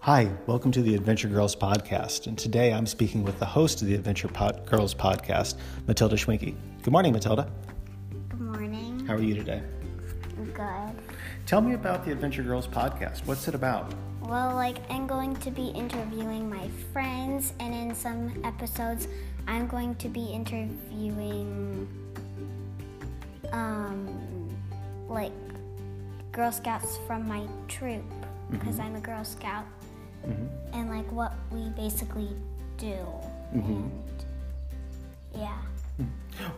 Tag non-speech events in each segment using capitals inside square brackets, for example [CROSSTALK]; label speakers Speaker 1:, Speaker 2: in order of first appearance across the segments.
Speaker 1: Hi, welcome to the Adventure Girls Podcast. And today I'm speaking with the host of the Adventure Pod- Girls Podcast, Matilda Schwinkie. Good morning, Matilda.
Speaker 2: Good morning.
Speaker 1: How are you today?
Speaker 2: Good.
Speaker 1: Tell me about the Adventure Girls Podcast. What's it about?
Speaker 2: Well, like, I'm going to be interviewing my friends, and in some episodes, I'm going to be interviewing, um, like, Girl Scouts from my troop, because I'm a Girl Scout, and like what we basically do. And, yeah.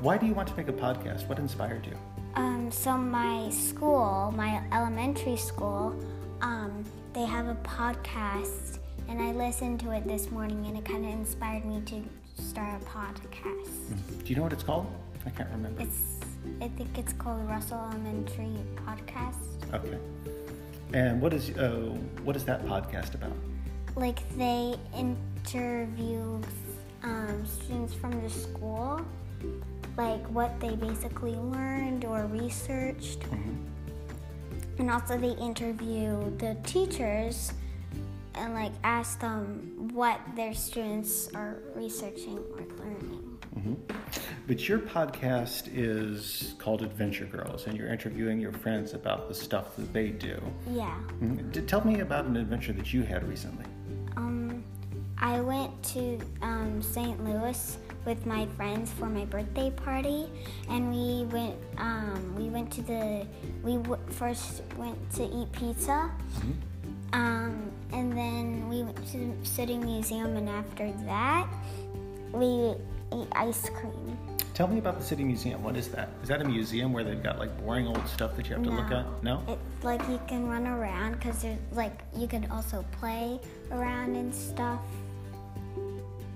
Speaker 1: Why do you want to make a podcast? What inspired you?
Speaker 2: Um, so my school, my elementary school, um, they have a podcast, and I listened to it this morning, and it kind of inspired me to start a podcast.
Speaker 1: Do you know what it's called? I can't remember.
Speaker 2: It's, I think it's called Russell Elementary Podcast.
Speaker 1: Okay. And what is uh, what is that podcast about?
Speaker 2: Like they interview um, students from the school, like what they basically learned or researched, and also they interview the teachers and like ask them what their students are researching or learning.
Speaker 1: But your podcast is called Adventure Girls, and you're interviewing your friends about the stuff that they do.
Speaker 2: Yeah.
Speaker 1: Mm, d- Tell me about an adventure that you had recently.
Speaker 2: Um, I went to um, St. Louis with my friends for my birthday party, and we went. Um, we went to the. We w- first went to eat pizza, um, and then we went to the City Museum, and after that, we ate ice cream.
Speaker 1: Tell me about the City Museum. What is that? Is that a museum where they've got like boring old stuff that you have to look
Speaker 2: No.
Speaker 1: at? No?
Speaker 2: It's like you can run around because there's like you can also play around and stuff.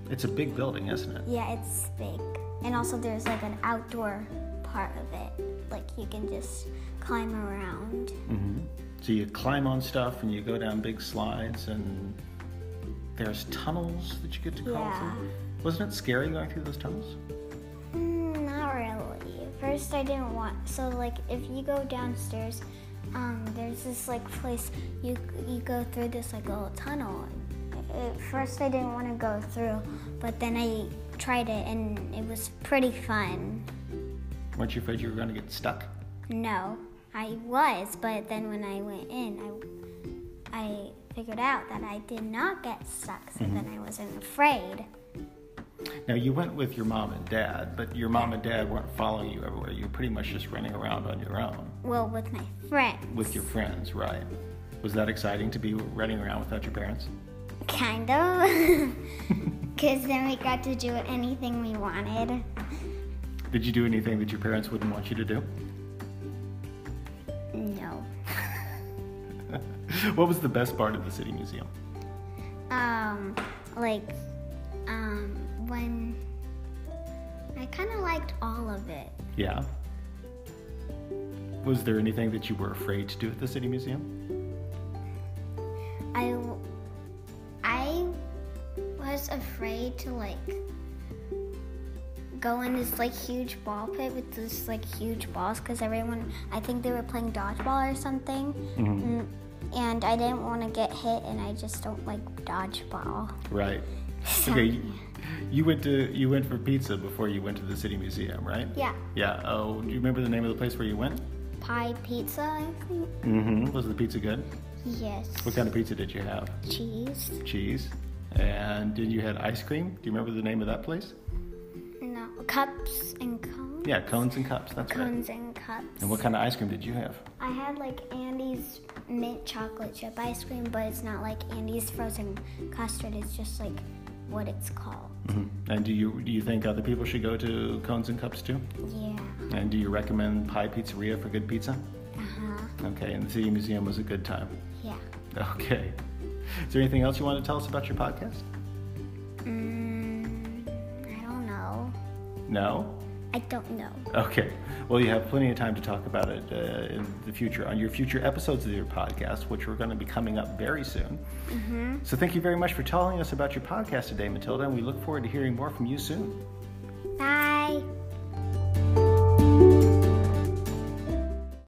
Speaker 1: It's a big building, isn't it?
Speaker 2: Yeah, it's big. And also there's like an outdoor part of it. Like you can just climb around.
Speaker 1: So you climb on stuff and you go down big slides, and there's tunnels that you get to crawl
Speaker 2: Yeah.
Speaker 1: through. Wasn't it scary going through those tunnels?
Speaker 2: Mm, not really. First I didn't want so like if you go downstairs, um there's this like place you you go through this like little tunnel. At first I didn't want to go through, but then I tried it and it was pretty fun.
Speaker 1: Weren't you afraid you were going to get stuck?
Speaker 2: No, I was, but then when I went in, I, I figured out that I did not get stuck, so then I wasn't afraid.
Speaker 1: Now you went with your mom and dad, but your mom and dad weren't following you everywhere. You were pretty much just running around on your own
Speaker 2: Well, with my friends.
Speaker 1: with your friends, right? Was that exciting to be running around without your parents?
Speaker 2: Kind of. Because then we got to do anything we wanted.
Speaker 1: Did you do anything that your parents wouldn't want you to do?
Speaker 2: No.
Speaker 1: [LAUGHS] What was the best part of the city museum?
Speaker 2: Um, like, um, when. I kind of liked all of it.
Speaker 1: Yeah. Was there anything that you were afraid to do at the city museum?
Speaker 2: I, w- I was afraid to like go in this like huge ball pit with this like huge balls because everyone I think they were playing dodgeball or something,
Speaker 1: Mm-hmm.
Speaker 2: mm and I didn't want to get hit and I just don't like dodgeball. [LAUGHS]
Speaker 1: Right. Okay. You, you went to you went for pizza before you went to the city museum, right?
Speaker 2: Yeah,
Speaker 1: Yeah. Oh, do you remember the name of the place where you went?
Speaker 2: pie pizza. I think
Speaker 1: Mm-hmm. Was the pizza good?
Speaker 2: yes.
Speaker 1: What kind of pizza did you have?
Speaker 2: Cheese?
Speaker 1: cheese. And did you had ice cream? Do you remember the name of that place?
Speaker 2: No, uh, cups and cones.
Speaker 1: Yeah, cones and cups. That's right.
Speaker 2: Cones and cups.
Speaker 1: And what kind of ice cream did you have?
Speaker 2: I had like Andy's mint chocolate chip ice cream, but it's not like Andy's frozen custard. It's just like what it's called.
Speaker 1: And do you do you think other people should go to cones and cups too?
Speaker 2: Yeah.
Speaker 1: And do you recommend Pie Pizzeria for good pizza?
Speaker 2: Uh huh.
Speaker 1: Okay. And the City Museum was a good time. [LAUGHS]
Speaker 2: Yeah.
Speaker 1: Okay. Is there anything else you want to tell us about your podcast?
Speaker 2: Mm, I don't know.
Speaker 1: No.
Speaker 2: I don't know.
Speaker 1: Okay. Well, you have plenty of time to talk about it uh, in the future on your future episodes of your podcast, which are going to be coming up very soon. So, thank you very much for telling us about your podcast today, Matilda, and we look forward to hearing more from you soon.
Speaker 2: Bye.